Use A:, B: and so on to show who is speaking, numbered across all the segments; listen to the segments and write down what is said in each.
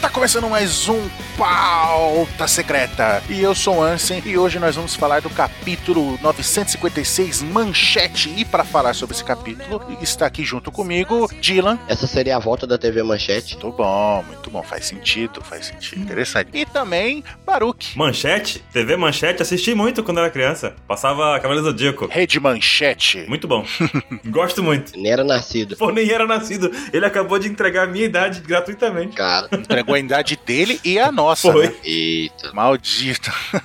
A: Tá começando mais um Pauta Secreta. E eu sou o Ansem e hoje nós vamos falar do capítulo 956 Manchete. E para falar sobre esse capítulo, está aqui junto comigo Dylan.
B: Essa seria a volta da TV Manchete.
A: Muito bom, muito bom. Faz sentido, faz sentido. Interessante. E também Baruch.
C: Manchete? TV Manchete? Assisti muito quando era criança. Passava Cavaleiro Zodíaco.
A: Rede Manchete.
C: Muito bom. Gosto muito.
B: Nem era nascido.
C: Pô, nem era nascido. Ele acabou de entregar a minha idade gratuitamente.
B: Cara.
A: Entregou a idade dele e a nossa.
C: Foi.
A: né?
B: Eita.
A: Maldito.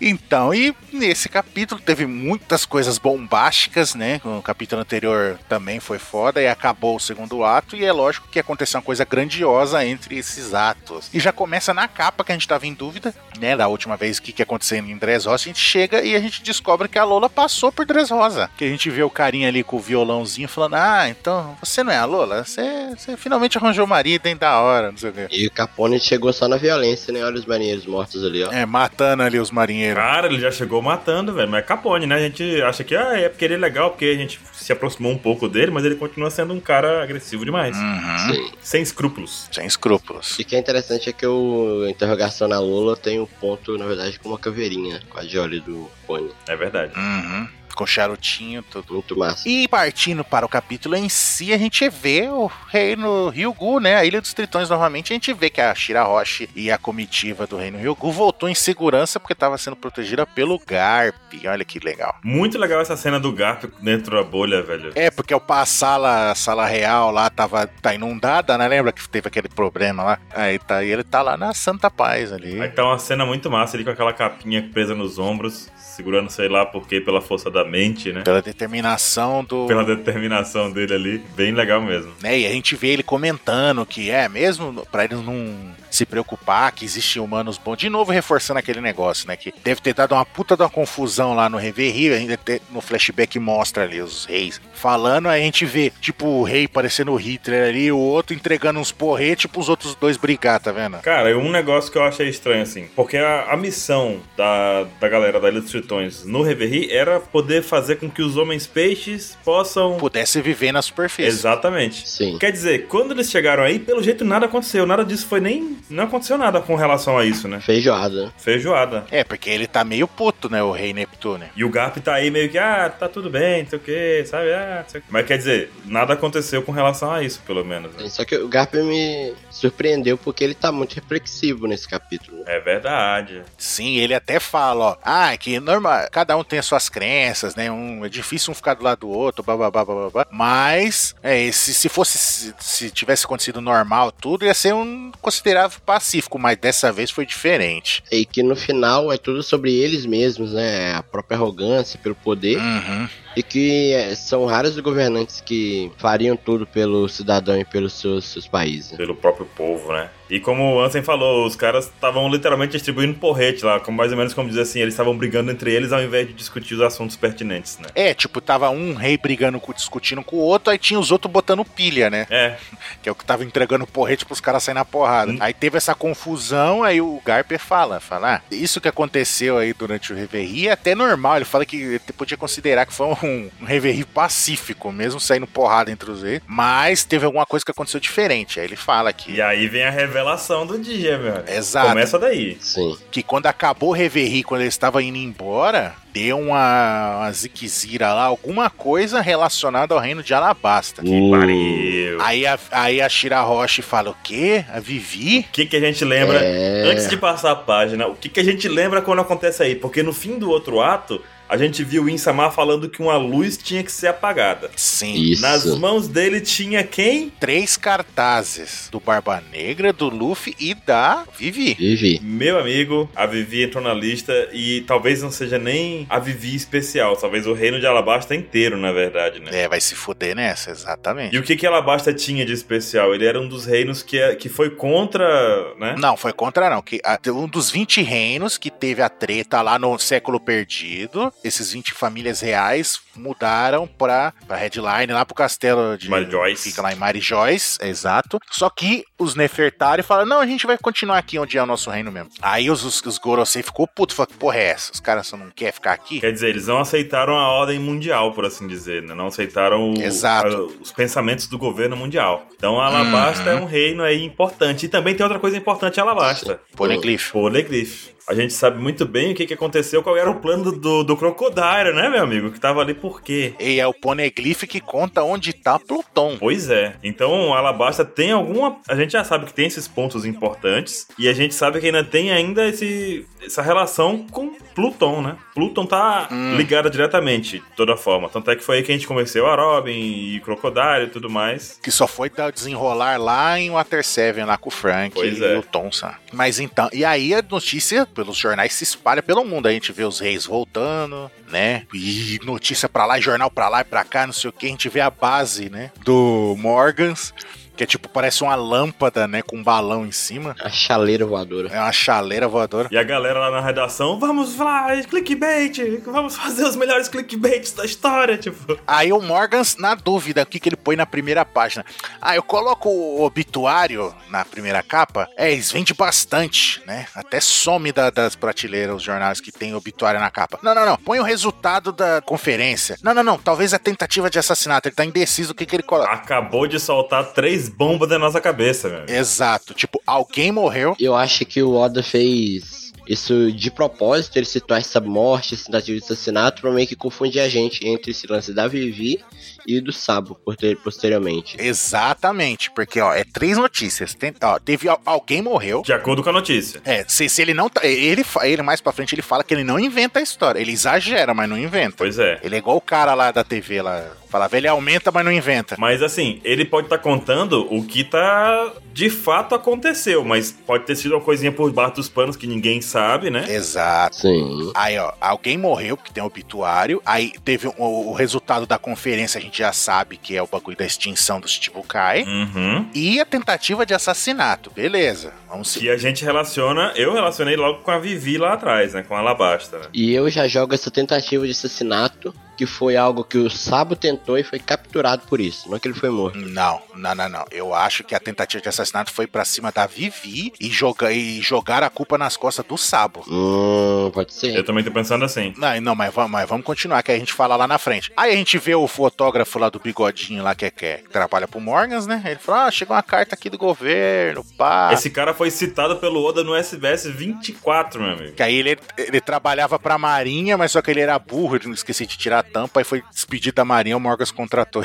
A: Então, e nesse capítulo teve muitas coisas bombásticas, né? O capítulo anterior também foi foda e acabou o segundo ato. E é lógico que aconteceu uma coisa grandiosa entre esses atos. E já começa na capa que a gente tava em dúvida, né? Da última vez o que, que aconteceu em Dress Rosa. A gente chega e a gente descobre que a Lola passou por Dress Rosa. Que a gente vê o carinha ali com o violãozinho falando: Ah, então você não é a Lola? Você, você finalmente arranjou o marido, hein? Da hora, não sei o quê.
B: E o Capone chegou só na violência, né? Olha os marinheiros mortos ali, ó.
A: É, matando ali os marinheiros.
C: Cara, ele já chegou matando, velho. Mas é Capone, né? A gente acha que ah, é porque ele é legal, porque a gente se aproximou um pouco dele, mas ele continua sendo um cara agressivo demais.
A: Uhum.
B: Sim.
C: Sem escrúpulos.
A: Sem escrúpulos.
B: E o que é interessante é que o a interrogação na Lula tem um ponto, na verdade, com uma caveirinha, com a de olho do Capone.
C: É verdade.
A: Uhum. Com charutinho, tudo.
B: Muito massa.
A: E partindo para o capítulo em si, a gente vê o reino Ryugu, né? A Ilha dos Tritões novamente. A gente vê que a Shirahoshi e a comitiva do reino Ryugu voltou em segurança porque estava sendo protegida pelo Garp. Olha que legal.
C: Muito legal essa cena do Garp dentro da bolha, velho.
A: É, porque o- a sala, a sala real lá tava tá inundada, né? Lembra que teve aquele problema lá? Aí tá, e ele tá lá na Santa Paz ali.
C: Aí tá uma cena muito massa, ele com aquela capinha presa nos ombros, segurando, sei lá por quê, pela força da mente, né?
A: Pela determinação do.
C: Pela determinação dele ali, bem legal mesmo.
A: né? E a gente vê ele comentando que é mesmo pra eles não se preocupar que existem humanos bons. De novo reforçando aquele negócio, né? Que deve ter dado uma puta de uma confusão lá no Reverie, ainda te- no flashback mostra ali os reis falando, aí a gente vê, tipo, o rei parecendo o Hitler ali, o outro entregando uns porretes pros outros dois brigar, tá vendo?
C: Cara, e um negócio que eu achei estranho, assim, porque a, a missão da, da galera da Ilha dos Tritões no Reverie era poder fazer com que os homens peixes possam.
A: Pudesse viver na superfície.
C: Exatamente.
B: Sim.
C: Quer dizer, quando eles chegaram aí, pelo jeito nada aconteceu. Nada disso foi nem. Não aconteceu nada com relação a isso, né?
B: Feijoada.
C: Feijoada.
A: É, porque ele tá meio puto, né? O rei Neptune.
C: E o Garp tá aí meio que, ah, tá tudo bem, não sei o quê, sabe? Ah, não sei o quê. Mas quer dizer, nada aconteceu com relação a isso, pelo menos. né?
B: Só que o Garp me surpreendeu porque ele tá muito reflexivo nesse capítulo.
C: É verdade.
A: Sim, ele até fala, ó, ah, é que normal, cada um tem as suas crenças, né? Um, é difícil um ficar do lado do outro, bababá, bababá. Mas, é, se, se fosse, se, se tivesse acontecido normal tudo, ia ser um considerável pacífico, mas dessa vez foi diferente.
B: E que no final é tudo sobre eles mesmos, né? A própria arrogância pelo poder.
A: Uhum.
B: E que eh, são raros os governantes que fariam tudo pelo cidadão e pelos seus, seus países.
C: pelo próprio povo, né? E como o Ansem falou, os caras estavam literalmente distribuindo porrete lá, como mais ou menos como dizer assim, eles estavam brigando entre eles ao invés de discutir os assuntos pertinentes, né?
A: É, tipo, tava um rei brigando, com, discutindo com o outro, aí tinha os outros botando pilha, né?
C: É,
A: Que é o que tava entregando porrete pros caras saírem na porrada.
C: Hum.
A: Aí teve essa confusão, aí o Garper fala, fala, ah, isso que aconteceu aí durante o Reverie é até normal. Ele fala que ele podia considerar que foi um, um Reverie pacífico, mesmo saindo porrada entre os reis. Mas teve alguma coisa que aconteceu diferente. Aí ele fala
C: e
A: que...
C: aí vem a é revelação do dia, meu. amigo.
A: Exato.
C: Começa daí.
B: Sim.
A: Que quando acabou o Reverie, quando ele estava indo embora, deu uma, uma ziquezira lá, alguma coisa relacionada ao reino de Alabasta.
B: Hum.
C: Pariu.
A: Aí a, aí a Shira Roche fala, o quê? A Vivi?
C: O que, que a gente lembra,
B: É.
C: antes de passar a página, o que, que a gente lembra quando acontece aí? Porque no fim do outro ato, a gente viu o Insamar falando que uma luz tinha que ser apagada.
A: Sim.
B: Isso.
C: Nas mãos dele tinha quem?
A: três cartazes do Barba Negra, do Luffy e da Vivi.
B: Vivi.
C: Meu amigo, a Vivi entrou na lista e talvez não seja nem a Vivi especial, talvez o reino de Alabasta inteiro, na verdade, né?
A: É, vai se fuder nessa, exatamente.
C: E o que que Alabasta tinha de especial? Ele era um dos reinos que, é- que foi contra, né?
A: Não, foi contra não, que a- um dos 20 reinos que teve a treta lá no século perdido, esses 20 famílias reais mudaram pra, pra Headline, lá pro castelo de.
C: Mary Joyce.
A: Fica lá em Mary Joyce, é exato. Só que os Nefertari falaram: não, a gente vai continuar aqui onde é o nosso reino mesmo. Aí os, os, os Gorosei ficou puto, falou: que porra é essa? Os caras só não querem ficar aqui?
C: Quer dizer, eles não aceitaram a ordem mundial, por assim dizer, né? Não aceitaram o-
A: Exato.
C: a- os pensamentos do governo mundial. Então a Alabasta
A: Uhum.
C: é um reino aí importante. E também tem outra coisa importante em Alabasta.
A: Poneglyph.
C: Poneglyph. A gente sabe muito bem o que, que aconteceu, qual era o plano do, do Crocodile, né, meu amigo? Que tava ali por quê?
A: E é o Poneglyph que conta onde tá Plutão.
C: Pois é. Então, Alabasta tem alguma. A gente já sabe que tem esses pontos importantes. E a gente sabe que ainda tem ainda esse... essa relação com Pluton, né? Pluton tá
A: Hum.
C: ligada diretamente, de toda forma. Tanto é que foi aí que a gente conheceu a Robin e Crocodile e tudo mais.
A: Que só foi dar o desenrolar lá em Water Seven, lá com o Frank
C: Pois
A: e
C: é.
A: o Thompson. Mas então, e aí a notícia pelos jornais se espalha pelo mundo. A gente vê os reis voltando, né? E notícia pra lá, jornal pra lá e pra cá, não sei o que. A gente vê a base, né? Do Morgans, que é tipo, parece uma lâmpada, né? Com um balão em cima.
B: A chaleira voadora.
A: É uma chaleira voadora.
C: E a galera lá na redação, vamos lá, é clickbait, vamos fazer os melhores clickbaits da história, tipo.
A: Aí o Morgans, na dúvida, o que, que ele põe na primeira página? Ah, eu coloco o obituário na primeira capa. É, eles vendem bastante, né? Até some da- das prateleiras os jornais que tem obituário na capa. Não, não, não. Põe o resultado da conferência. Não, não, não. Talvez a tentativa de assassinato. Ele tá indeciso o que, que ele coloca.
C: Acabou de soltar três bombas na nossa cabeça, meu. amigo.
A: Exato. Tipo, alguém morreu.
B: Eu acho que o Oda fez isso de propósito, ele citou essa morte, esse tentativo de assassinato, pra meio que confundir a gente entre esse lance da Vivi e do Sabo porte- posteriormente.
A: Exatamente. Porque, ó, é três notícias. Tem- ó, teve al- alguém morreu.
C: De acordo com a notícia.
A: É, se, se ele não. tá- Ele, fa- ele mais pra frente ele fala que ele não inventa a história. Ele exagera, mas não inventa.
C: Pois é.
A: Ele é igual o cara lá da TV lá. Falava, ele aumenta, mas não inventa.
C: Mas assim, ele pode estar contando o que tá de fato aconteceu, mas pode ter sido uma coisinha por baixo dos panos que ninguém sabe, né?
A: Exato.
B: Sim.
A: Aí, ó, alguém morreu, porque tem um obituário. Aí teve um- o, o resultado da conferência, a gente já sabe que é o bagulho da extinção do Chichibukai.
C: Uhum.
A: E a tentativa de assassinato. Beleza. Vamos se.
C: Que a gente relaciona, eu relacionei logo com a Vivi lá atrás, né? Com a Alabasta, né?
B: E eu já jogo essa tentativa de assassinato, que foi algo que o Sabo tentou e foi capturado por isso, não que ele foi morto.
A: Não, não, não, não. Eu acho que a tentativa de assassinato foi pra cima da Vivi e, joga, e jogar a culpa nas costas do Sabo.
B: Hum, pode
C: Eu
B: ser.
C: também tô pensando assim.
A: Não, não mas, vamos, mas vamos continuar, que a gente fala lá na frente. Aí a gente vê o fotógrafo lá do bigodinho lá, que, é- que, é- que trabalha pro Morgans, né? Ele fala, ah, chegou uma carta aqui do governo, pá.
C: Esse cara foi citado pelo Oda no SBS 24, meu amigo.
A: Que aí ele, ele trabalhava pra Marinha, mas só que ele era burro, ele não esqueci de tirar a tampa, aí foi despedido da Marinha, o Morgans contratou.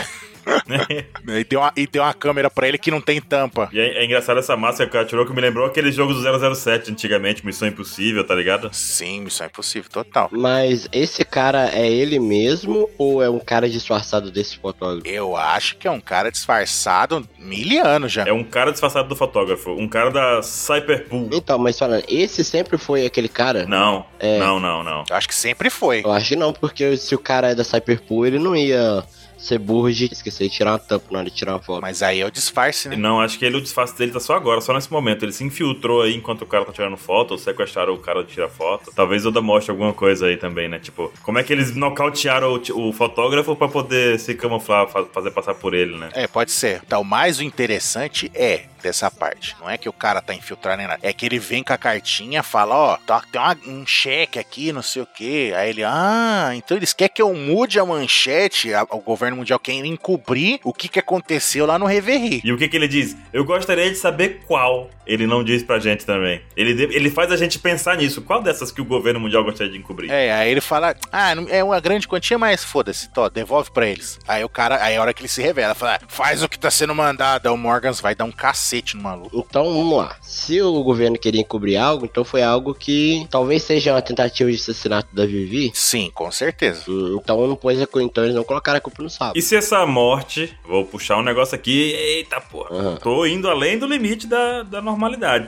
A: e, deu uma, e deu uma câmera pra ele que não tem tampa.
C: E é, é engraçado essa máscara que o cara tirou que me lembrou aquele jogo do 007 antigamente, Missão Impossível, tá ligado?
A: Sim, missão impossível, total.
B: Mas esse cara é ele mesmo ou é um cara disfarçado desse fotógrafo?
A: Eu acho que é um cara disfarçado mil anos já.
C: É um cara disfarçado do fotógrafo, um cara da Cyberpool.
B: Então, mas falando, esse sempre foi aquele cara?
C: Não,
B: É.
C: não, não, não.
A: Eu acho que sempre foi.
B: Eu acho que não, porque se o cara é da Cyberpool, ele não ia ser burro de esquecer de tirar uma tampa na hora de tirar uma foto.
A: Mas aí é o disfarce, né?
C: Não, acho que ele, o disfarce dele tá só agora, só nesse momento. Ele se infiltrou aí enquanto o cara tá tirando foto, ou sequestraram o cara de tirar foto. Talvez o Oda mostre alguma coisa aí também, né? Tipo, como é que eles nocautearam o, ti- o fotógrafo pra poder se camuflar, fa- fazer passar por ele, né?
A: É, pode ser. Então, mais o interessante é dessa parte. Não é que o cara tá infiltrado nem nada. É que ele vem com a cartinha, fala, ó, tá- tem uma- um cheque aqui, não sei o quê. Aí ele, ah, então eles querem que eu mude a manchete, a- o governo mundial quer encobrir o que, que aconteceu lá no Reverie.
C: E o que que ele diz? Eu gostaria de saber qual. Ele não diz pra gente também. Ele, de- ele faz a gente pensar nisso. Qual dessas que o governo mundial gostaria de encobrir?
A: É, aí ele fala, ah, não- é uma grande quantia, mas foda-se, tó, devolve pra eles. Aí o cara, aí a hora que ele se revela, fala, faz o que tá sendo mandado. Aí o Morgans vai dar um cacete no maluco.
B: Então vamos lá. Se o governo queria encobrir algo, então foi algo que talvez seja uma tentativa de assassinato da Vivi.
A: Sim, com certeza.
B: Hum, Então não pôs a culpa, então eles não colocaram a culpa no sábado.
C: E se essa morte. Vou puxar um negócio aqui. Eita porra.
B: Aham.
C: Tô indo além do limite da, da normalidade.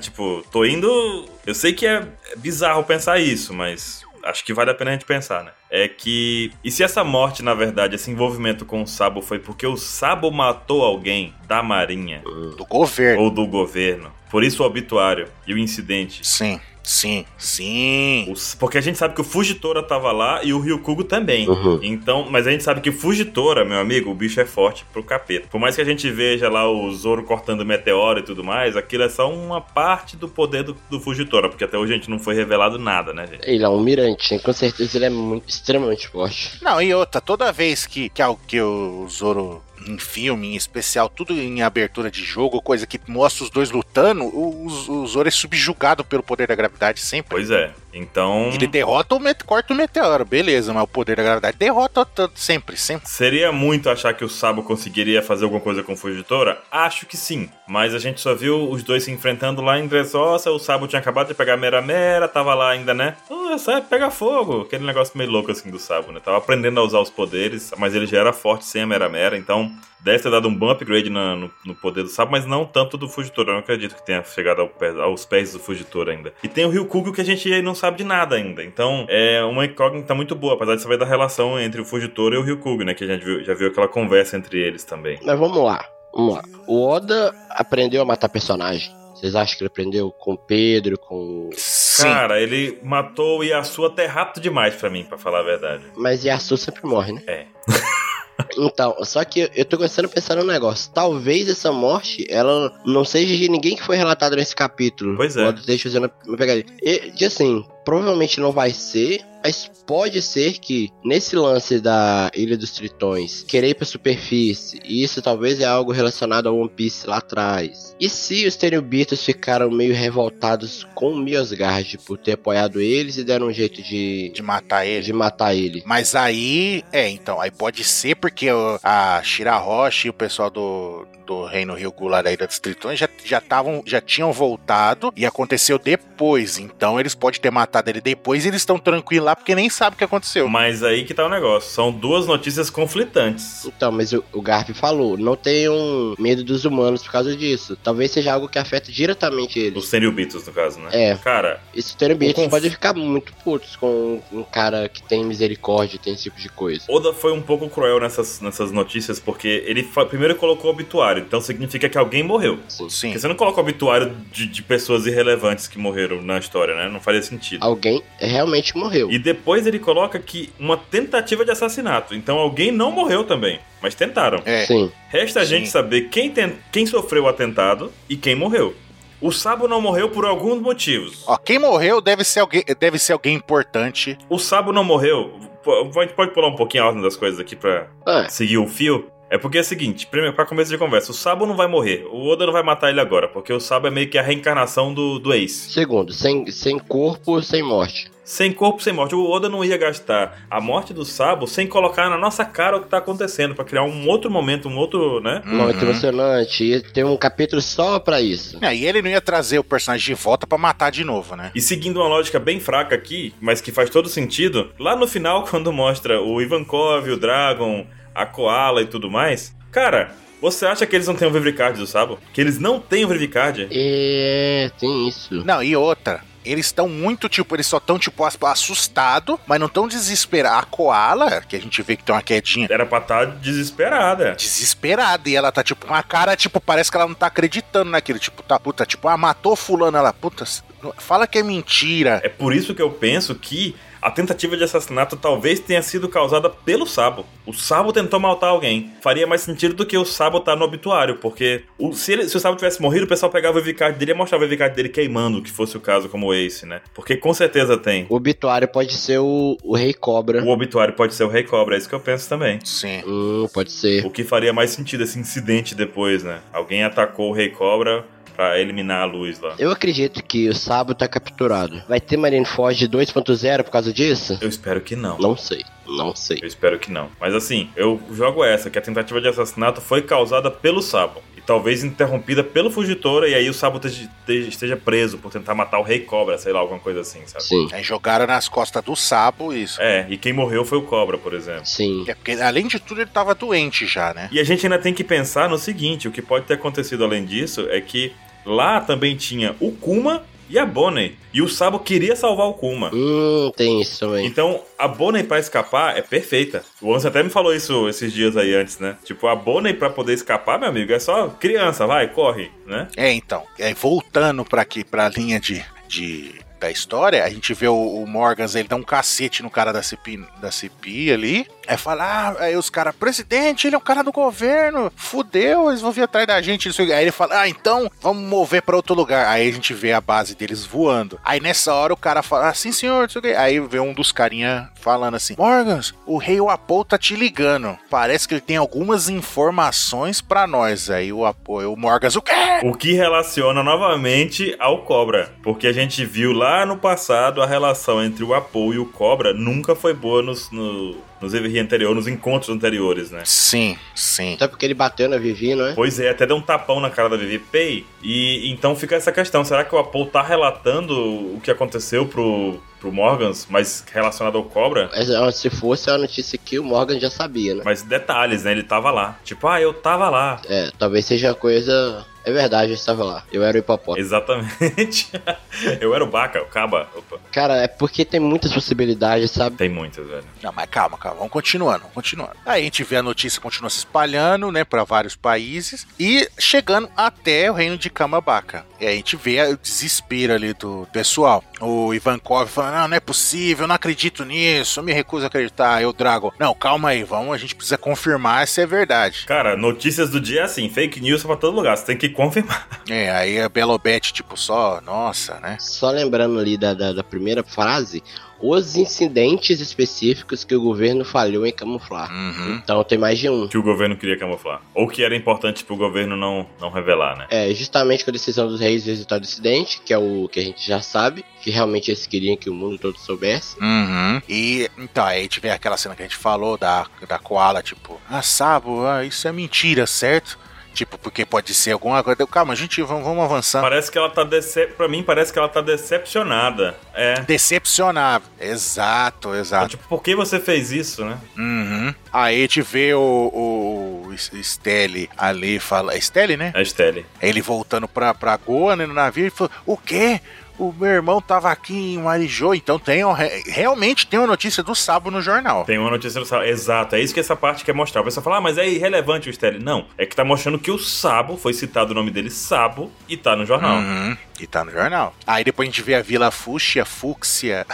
C: Tipo, tô indo. Eu sei que é é bizarro pensar isso, mas acho que vale a pena a gente pensar, né? É que. E se essa morte, na verdade, esse envolvimento com o Sabo foi porque o Sabo matou alguém da Marinha
A: Do governo.
C: ou do governo? Por isso o obituário e o incidente.
A: Sim. Sim, sim.
C: Os- Porque a gente sabe que o Fugitora tava lá e o Ryukugo também.
B: Uhum.
C: Então, mas a gente sabe que o Fugitora, meu amigo, o bicho é forte pro capeta. Por mais que a gente veja lá o Zoro cortando meteoro e tudo mais, aquilo é só uma parte do poder do, do Fugitora, porque até hoje a gente não foi revelado nada, né, gente?
B: Ele é um mirante, hein? com certeza ele é muito- extremamente forte.
A: Não, e outra, toda vez que, que, al- que o Zoro em filme, em especial, tudo em abertura de jogo, coisa que mostra os dois lutando, o, o- o Zoro é subjugado pelo poder da gravidade sempre.
C: Pois é. Então.
A: Ele derrota o met- corta o meteoro, beleza, mas o poder da gravidade derrota t- sempre, sempre.
C: Seria muito achar que o Sabo conseguiria fazer alguma coisa com o Fugitora? Acho que sim. Mas a gente só viu os dois se enfrentando lá em Dressrosa, o Sabo tinha acabado de pegar a Mera Mera, tava lá ainda, né? Ah, sai, pega fogo. Aquele negócio meio louco assim do Sabo, né? Tava aprendendo a usar os poderes, mas ele já era forte sem a Mera Mera, então deve ter dado um bom upgrade na- no, no poder do Sabo, mas não tanto do Fugitora. Eu não acredito que tenha chegado ao pé- aos pés do Fugitora ainda. E tem o Ryukugo que a gente aí não sabe de nada ainda. Então é uma incógnita muito boa, apesar de saber da relação entre o Fugitora e o Ryukugo, né? Que a gente viu- já viu aquela conversa entre eles também.
B: Mas vamos lá, vamos lá. O Oda aprendeu a matar personagem. Vocês acham que ele aprendeu com o Pedro, com.
A: Sim.
C: Cara, ele matou o Yasuo até rápido demais pra mim, pra falar a verdade.
B: Mas Yasu sempre morre, né?
C: É.
B: então, só que eu tô começando a pensar num negócio. Talvez essa morte, ela não seja de ninguém que foi relatado nesse capítulo.
C: Pois é.
B: Oda deixa fazendo uma pegadinha. E, de assim, provavelmente não vai ser, mas pode ser que nesse lance da Ilha dos Tritões, querer ir pra superfície, e isso talvez é algo relacionado ao One Piece lá atrás. E se os Tenryubitos ficaram meio revoltados com o Miosgard por ter apoiado eles e deram um jeito de,
A: De matar ele.
B: de matar ele?
A: Mas aí, é, então, aí pode ser porque o- a Shira Roche e o pessoal do, do Reino Rio Gula da Ilha dos Tritões já já, tavam, já tinham voltado e aconteceu depois. Então eles podem ter matado ele depois e eles estão tranquilos lá porque nem sabem o que aconteceu.
C: Mas aí que tá o negócio. São duas notícias conflitantes.
B: Então, mas o, o Garp falou, não tenham medo dos humanos por causa disso. Talvez seja algo que afeta diretamente eles.
C: Os Senryubitos, no caso, né?
B: É.
C: Cara,
B: Esses terbitos
C: conf-
B: podem ficar muito putos com um cara que tem misericórdia, tem esse tipo de coisa.
C: Oda foi um pouco cruel nessas, nessas notícias, porque ele fa- primeiro colocou obituário, então significa que alguém morreu.
A: Sim.
C: Porque você não coloca obituário de, de pessoas irrelevantes que morreram na história, né? Não faria sentido.
B: Alguém realmente morreu.
C: E depois ele coloca que uma tentativa de assassinato. Então alguém não morreu também, mas tentaram.
A: É.
B: Sim.
C: Resta a
A: Sim.
C: gente saber quem, ten- quem sofreu o atentado e quem morreu. O Sabo não morreu por alguns motivos.
A: Ó, quem morreu deve ser alguém, deve ser alguém importante.
C: O Sabo não morreu. Pô, A gente pode pular um pouquinho a ordem das coisas aqui pra,
B: Ah,
C: seguir o fio. É porque é o seguinte, primeiro, pra começo de conversa, o Sabo não vai morrer. O Oda não vai matar ele agora, porque o Sabo é meio que a reencarnação do, do Ace.
B: segundo, sem, sem corpo, sem morte.
C: Sem corpo, sem morte. O Oda não ia gastar a morte do Sabo sem colocar na nossa cara o que tá acontecendo, pra criar um outro momento, um outro, né?
B: Um momento emocionante. E tem um capítulo só pra isso.
A: Não, E ele não ia trazer o personagem de volta pra matar de novo, né?
C: E seguindo uma lógica bem fraca aqui, mas que faz todo sentido, lá no final, quando mostra o Ivankov, o Dragon, a Koala e tudo mais, cara, você acha que eles não têm o Vivricard do Sabo? Que eles não têm o Vivricard?
B: É, tem isso.
A: Não, e outra. Eles estão muito, tipo, eles só estão, tipo, as- assustado, mas não tão desesperados. A Koala, que a gente vê que tem uma quedinha
C: Era pra estar desesperada.
A: desesperada. E ela tá, tipo, com a cara, tipo, parece que ela não tá acreditando naquilo. Tipo, tá puta, tipo, ah, matou fulano. Ela, puta, s- não- fala que é mentira.
C: É por isso que eu penso que a tentativa de assassinato talvez tenha sido causada pelo Sabo. O Sabo tentou matar alguém. Faria mais sentido do que o Sabo estar no obituário, porque o- se, ele- se o Sabo tivesse morrido, o pessoal pegava o Vivicard dele e mostrava o Vivicard dele queimando, que fosse o caso como esse, né? Porque com certeza tem.
B: O obituário pode ser o, o Rei Cobra.
C: O obituário pode ser o Rei Cobra, é isso que eu penso também.
A: Sim.
B: Hum, pode ser.
C: O que faria mais sentido esse incidente depois, né? Alguém atacou o Rei Cobra pra eliminar a luz lá.
B: Eu acredito que o Sabo tá capturado. Vai ter Marineford 2.0 por causa disso?
C: Eu espero que não.
B: Não sei, não sei.
C: Eu espero que não. Mas assim, eu jogo essa, que a tentativa de assassinato foi causada pelo Sabo. E talvez interrompida pelo Fugitora, e aí o Sabo esteja- esteja esteja preso por tentar matar o Rei Cobra, sei lá, alguma coisa assim, sabe?
B: Sim,
A: Aí jogaram nas costas do Sabo isso.
C: É, e quem morreu foi o Cobra, por exemplo.
B: sim.
A: É porque, além de tudo, ele tava doente já, né?
C: E a gente ainda tem que pensar no seguinte: o que pode ter acontecido além disso é que lá também tinha o Kuma e a Bonnie. E o Sabo queria salvar o Kuma.
B: Hum, tem isso também.
C: Então, a Bonnie pra escapar é perfeita. O Anson até me falou isso esses dias aí antes, né? Tipo, a Bonnie pra poder escapar, meu amigo, é só criança, vai, corre, né?
A: É, então. É, voltando pra aqui, pra linha de. de da história, a gente vê o, o Morgans, ele dá um cacete no cara da CPI, da CPI ali. É falar, aí os caras, presidente, ele é um cara do governo, fudeu, eles vão vir atrás da gente. isso- Aí ele fala, ah, então vamos mover pra outro lugar. Aí a gente vê a base deles voando. Aí nessa hora o cara fala, ah, sim senhor, não sei o quê. Aí vê um dos carinha falando assim, Morgans, o rei Wapol tá te ligando. Parece que ele tem algumas informações pra nós. Aí o, Wapol- o Morgans, o quê?
C: O que relaciona novamente ao Cobra. Porque a gente viu lá no passado a relação entre o Apo e o Cobra nunca foi boa nos, no, nos Everry anterior, nos encontros anteriores, né?
A: Sim, sim.
B: Até porque ele bateu na Vivi, não é?
C: Pois é, até deu um tapão na cara da Vivi Pay. E então fica essa questão: será que o Apple tá relatando o que aconteceu pro, pro Morgans, mas relacionado ao Cobra?
B: Essa- Se fosse a notícia que o Morgan já sabia, né?
C: Mas detalhes, né? Ele tava lá. Tipo, ah, eu tava lá.
B: É, talvez seja coisa. É verdade, eu estava lá. Eu era o hipopótamo.
C: Exatamente. eu era o Baca, o Caba. Opa,
B: Cara, é porque tem muitas possibilidades, sabe?
C: tem muitas, velho.
A: Não, mas calma, calma, vamos continuando, vamos continuando. Aí a gente vê a notícia continua se espalhando, né, para vários países e chegando até o reino de Kamabaca. E aí a gente vê o desespero ali do pessoal. O Ivankov falando: não, não é possível, não acredito nisso, eu me recuso a acreditar. Eu, Drago, não, calma aí, vamos, a gente precisa confirmar se é verdade.
C: Cara, notícias do dia é assim: fake news pra todo lugar. Você tem que confirmar.
A: É, aí a Belobete, tipo, só, nossa, né?
B: Só lembrando ali da, da, da primeira frase, os incidentes específicos que o governo falhou em camuflar.
A: Uhum.
B: Então tem mais de um.
C: Que o governo queria camuflar. Ou que era importante pro governo não, não revelar, né?
B: É, justamente com a decisão dos reis visitar o Ocidente, que é o que a gente já sabe, que realmente eles queriam que o mundo todo soubesse.
A: Uhum. E então, aí tiver aquela cena que a gente falou da, da Koala, tipo, ah, Sabo, ah, isso é mentira, certo? Tipo, porque pode ser alguma coisa. Eu, Calma, a gente vamos, vamos avançar.
C: Parece que ela tá dece... Pra mim, parece que ela tá decepcionada. É.
A: Decepcionável. Exato,
C: Então,
A: exato.
C: Tipo, por que você fez isso, né?
A: Uhum. Aí a gente vê o, o, o Stelle ali fala. Stelle, né?
C: A Estelle.
A: Ele voltando pra, pra Goa, né, no navio, e falou: O quê? O meu irmão tava aqui em Marijô. Então tem, um- re- realmente tem uma notícia do Sabo no jornal.
C: Tem uma notícia do Sabo. Exato, é isso que essa parte quer mostrar. O pessoal fala, ah, mas é irrelevante o Estelle. Não, é que tá mostrando que o Sabo, foi citado o nome dele Sabo, e tá no jornal.
A: Uhum, e tá no jornal. Aí depois a gente vê a Vila Fúxia, Fúxia,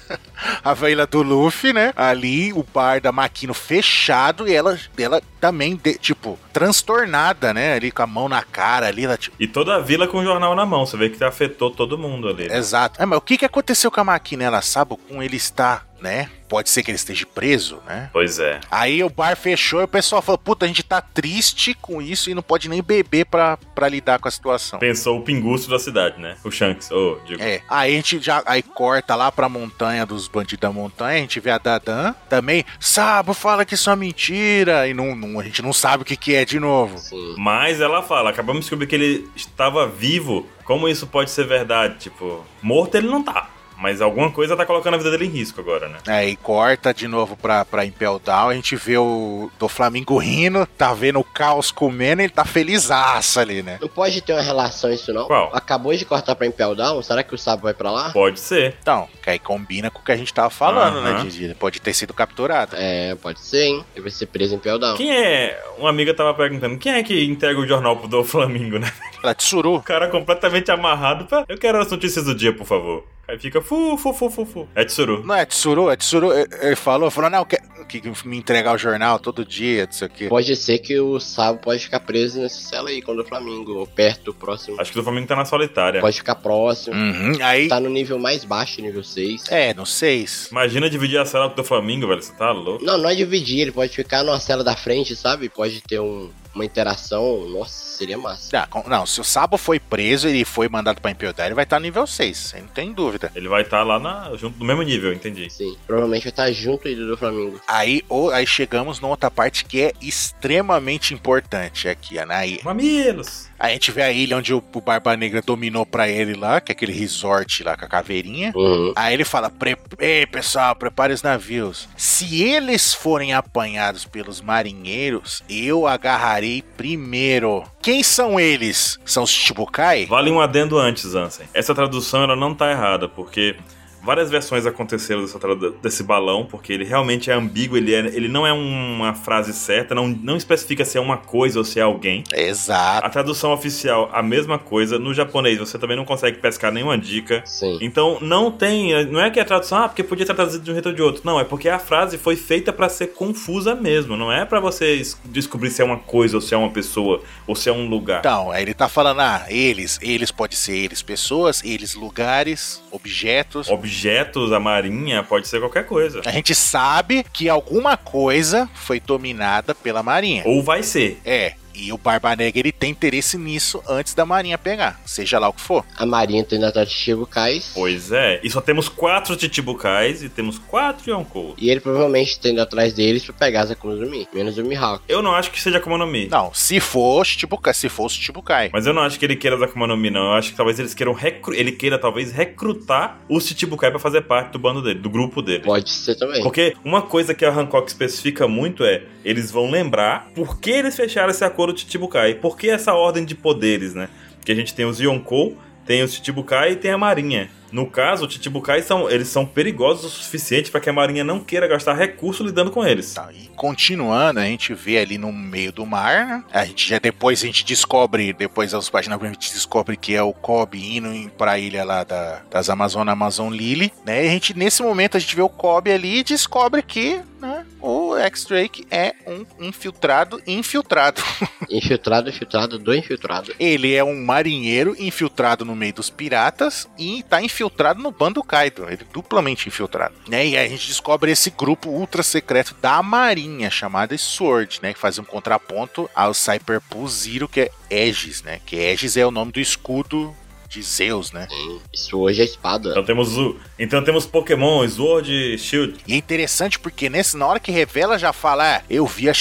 A: a Vila do Luffy, né? Ali o bar da Maquino fechado e ela, ela também, de- tipo, transtornada, né? Ali com a mão na cara ali, ela tipo.
C: E toda a vila com o jornal na mão. Você vê que afetou todo mundo ali.
A: Exato. Ah, mas o que, que aconteceu com a Maquino? Ela sabe com ele está, né? Pode ser que ele esteja preso, né?
C: Pois é.
A: Aí o bar fechou e o pessoal falou: Puta, a gente tá triste com isso e não pode nem beber pra, pra lidar com a situação.
C: Pensou o pinguço da cidade, né? O Shanks. Ô, digo.
A: É, aí a gente já aí corta lá pra montanha dos bandidos da montanha, a gente vê a Dadan também, Sabo fala que isso é mentira, e não, não- a gente não sabe o que, que é de novo.
B: Sim.
C: Mas ela fala, acabamos de descobrir que ele estava vivo. Como isso pode ser verdade? Tipo, morto ele não tá. Mas alguma coisa tá colocando a vida dele em risco agora, né?
A: Aí É, corta de novo pra, pra Impel Down, a gente vê o do Flamengo rindo, tá vendo o caos comendo, ele tá felizaço ali, né?
B: Não pode ter uma relação isso não.
C: Qual?
B: Acabou de cortar pra Impel Down, será que o Sabo vai pra lá?
C: Pode ser.
A: Então, que aí combina com o que a gente tava falando, né?
C: Aham.
A: De, de- pode ter sido capturado.
B: É, pode ser, hein? Ele vai ser preso em Impel Down.
C: Quem é. Uma amiga tava perguntando, quem é que entrega o jornal pro do Flamengo, né?
A: Ela tsuru.
C: O cara completamente amarrado pra. Eu quero as notícias do dia, por favor. Aí fica fu, fu, fu, fu, fu. É Tsuru.
A: Não é tsuru, é tsuru. Ele ele falou, falou, não, que, que me entregar o jornal todo dia, não sei o quê.
B: Pode ser que o Sabo pode ficar preso nessa cela aí, quando o Flamengo, ou perto, próximo.
C: Acho que o do Flamengo tá na solitária.
B: Pode ficar próximo.
A: Uhum,
C: Hum.
A: aí
B: Tá no nível mais baixo, nível 6.
A: É, no 6.
C: Imagina dividir a cela com o do Flamengo, velho. Você tá louco?
B: Não, não é dividir, ele pode ficar numa cela da frente, sabe? Pode ter um- uma interação. Nossa, seria massa.
A: Ah, com- não, se o Sabo foi preso e foi mandado pra Impel Down, ele vai estar no nível 6, não tem dúvida.
C: Ele vai estar lá na, junto no mesmo nível, entendi.
B: Sim, provavelmente vai estar junto aí do Flamengo.
A: Aí, ou, aí chegamos numa outra parte que é extremamente importante aqui, né? Aí,
C: Mamilos!
A: aí a gente vê a ilha onde o, o Barba Negra dominou pra ele lá, que é aquele resort lá com a caveirinha.
B: Uhum.
A: Aí ele fala: "Pre- Ei, pessoal, prepare os navios. Se eles forem apanhados pelos marinheiros, eu agarrarei primeiro. Quem são eles? São os Chibukai?
C: Vale um adendo antes, Ansem. Essa tradução ela não tá errada, porque várias versões aconteceram dessa, desse balão, porque ele realmente é ambíguo, ele, é, ele não é uma frase certa, não, não especifica se é uma coisa ou se é alguém.
A: Exato.
C: A tradução oficial, a mesma coisa. No japonês, você também não consegue pescar nenhuma dica.
B: Sim.
C: Então, não tem. Não é que a tradução, ah, porque podia estar traduzido de um jeito ou de outro. Não, é porque a frase foi feita para ser confusa mesmo. Não é para você descobrir se é uma coisa ou se é uma pessoa ou se é um lugar.
A: Então, aí ele tá falando, ah, eles, eles pode ser eles pessoas, eles lugares, objetos.
C: Objetos, a marinha, pode ser qualquer coisa.
A: A gente sabe que alguma coisa foi dominada pela marinha.
C: Ou vai ser.
A: É, e o Barba Negra ele tem interesse nisso antes da Marinha pegar, seja lá o que for.
B: A Marinha tem ainda tá Chichibucais.
C: Pois é. E só temos quatro Chichibucais e temos quatro Yonkou.
B: E ele provavelmente tá indo atrás deles pra pegar as Akuma no Mi, menos o Mihawk.
C: Eu não acho que seja Akuma no Mi.
A: Não, se for Chichibukai, se for Chichibukai.
C: Mas eu não acho que ele queira as Akuma no Mi, não. Eu acho que talvez eles queiram recru... ele queira talvez recrutar o Chichibukai pra fazer parte do bando dele, do grupo dele.
B: Pode ser também.
C: Porque uma coisa que a Hancock especifica muito é, eles vão lembrar por que eles fecharam esse acordo do Chichibukai. Por que essa ordem de poderes, né? Porque a gente tem os Yonkou, tem os Chichibukai e tem a Marinha. No caso, os Chichibukai são, eles são perigosos o suficiente para que a Marinha não queira gastar recurso lidando com eles.
A: Tá, e continuando, a gente vê ali no meio do mar, né? a gente já depois a gente descobre, depois das páginas a gente descobre que é o Kobe indo para a ilha lá da, das Amazonas, Amazon Lily, né? E a gente nesse momento a gente vê o Kobe ali e descobre que, né, o X-Drake é um infiltrado infiltrado.
B: infiltrado, infiltrado, do infiltrado.
A: Ele é um marinheiro infiltrado no meio dos piratas e tá infiltrado infiltrado no bando Kaido. Ele é duplamente infiltrado. Né? E aí a gente descobre esse grupo ultra secreto da Marinha, chamado Sword, né? Que faz um contraponto ao Cyberpool Zero, que é Aegis, né? Que Aegis é o nome do escudo de Zeus, né?
B: Isso hoje é espada.
C: Então temos o, então temos Pokémon, Sword, Shield.
A: E é interessante porque nesse na hora que revela já fala, ah, eu vi a,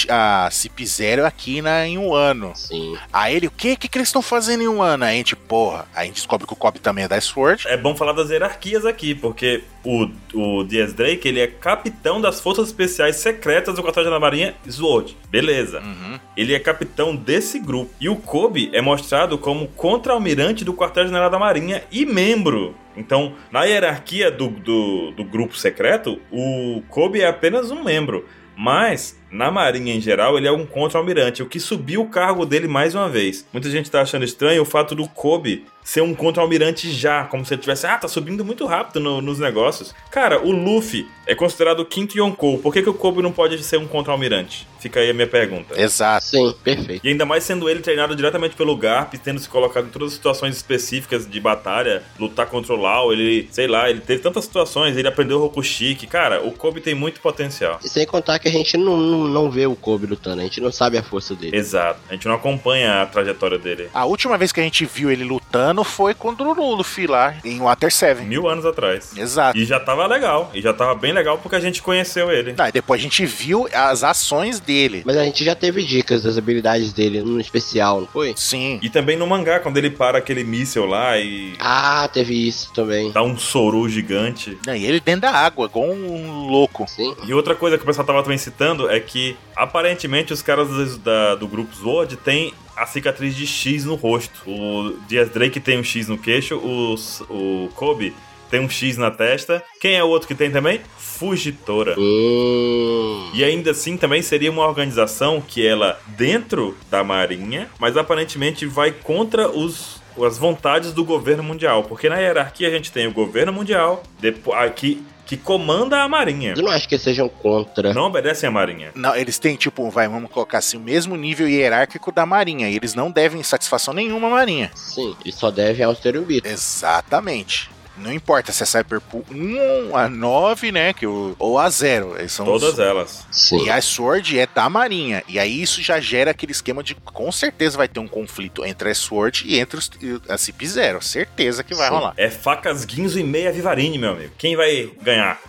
A: a Cip Zero aqui na, em um ano.
B: Sim.
A: Aí ele, o que que, que eles estão fazendo em um ano? Aí a gente, porra, aí a gente descobre que o Cobb também é da Sword.
C: É bom falar das hierarquias aqui, porque o, o Dias Drake, ele é capitão das forças especiais secretas do Quartel da Marinha Sword. Beleza.
A: Uhum.
C: Ele é capitão desse grupo. E o Kobe é mostrado como contra-almirante do Quartel General da Marinha e membro. Então, na hierarquia do, do, do, grupo secreto, o Kobe é apenas um membro. Mas, na Marinha em geral, ele é um contra-almirante, o que subiu o cargo dele mais uma vez. Muita gente tá achando estranho o fato do Kobe ser um contra-almirante já, como se ele tivesse, ah, tá subindo muito rápido no, nos negócios. Cara, o Luffy é considerado o quinto Yonkou, por que, que o Kobe não pode ser um contra-almirante? Fica aí a minha pergunta.
A: Exato.
B: Sim, perfeito.
C: E ainda mais sendo ele treinado diretamente pelo Garp, tendo se colocado em todas as situações específicas de batalha, lutar contra o Lau, ele, sei lá, ele teve tantas situações, ele aprendeu o Rokushiki. Cara, o Kobe tem muito potencial.
B: E sem contar que a gente não, não, não vê o Kobe lutando, a gente não sabe a força dele.
C: Exato. A gente não acompanha a trajetória dele.
A: A última vez que a gente viu ele lutando foi contra o Luffy lá em Water 7.
C: Mil anos atrás.
A: Exato.
C: E já tava legal, e já tava bem legal porque a gente conheceu ele.
A: Tá, e depois a gente viu as ações dele.
B: Mas a gente já teve dicas das habilidades dele no especial, não foi?
A: Sim.
C: E também no mangá, quando ele para aquele míssel lá e.
B: Ah, teve isso também.
C: Dá um soru gigante.
A: Não, e ele dentro da água, igual um louco.
B: Sim.
C: E outra coisa que o pessoal tava também citando é que aparentemente os caras da, do grupo Sword têm a cicatriz de X no rosto. O Dias Drake tem um X no queixo, os, o Kobe tem um X na testa. Quem é o outro que tem também? Fugitora.
B: Uh.
C: E ainda assim também seria uma organização que ela dentro da marinha, mas aparentemente vai contra os as vontades do governo mundial, porque na hierarquia a gente tem o governo mundial, depois aqui que comanda a marinha.
B: Eu não acho que eles sejam contra.
C: Não obedecem a marinha.
A: Não, eles têm, tipo, vai, vamos colocar assim, o mesmo nível hierárquico da marinha. eles não devem satisfação nenhuma à marinha.
B: Sim, e só devem ao Terubito.
A: Exatamente. Não importa se é Cyberpool 1 a 9, né? Que o, ou a 0. Eles são
C: Todas os... elas.
B: Sim.
A: E a Sword é da Marinha. E aí isso já gera aquele esquema de com certeza vai ter um conflito entre a Sword e entre os, a Cip Zero. Certeza que vai Sim. rolar.
C: É facas Guinzo e meia Vivarine, meu amigo. Quem vai ganhar?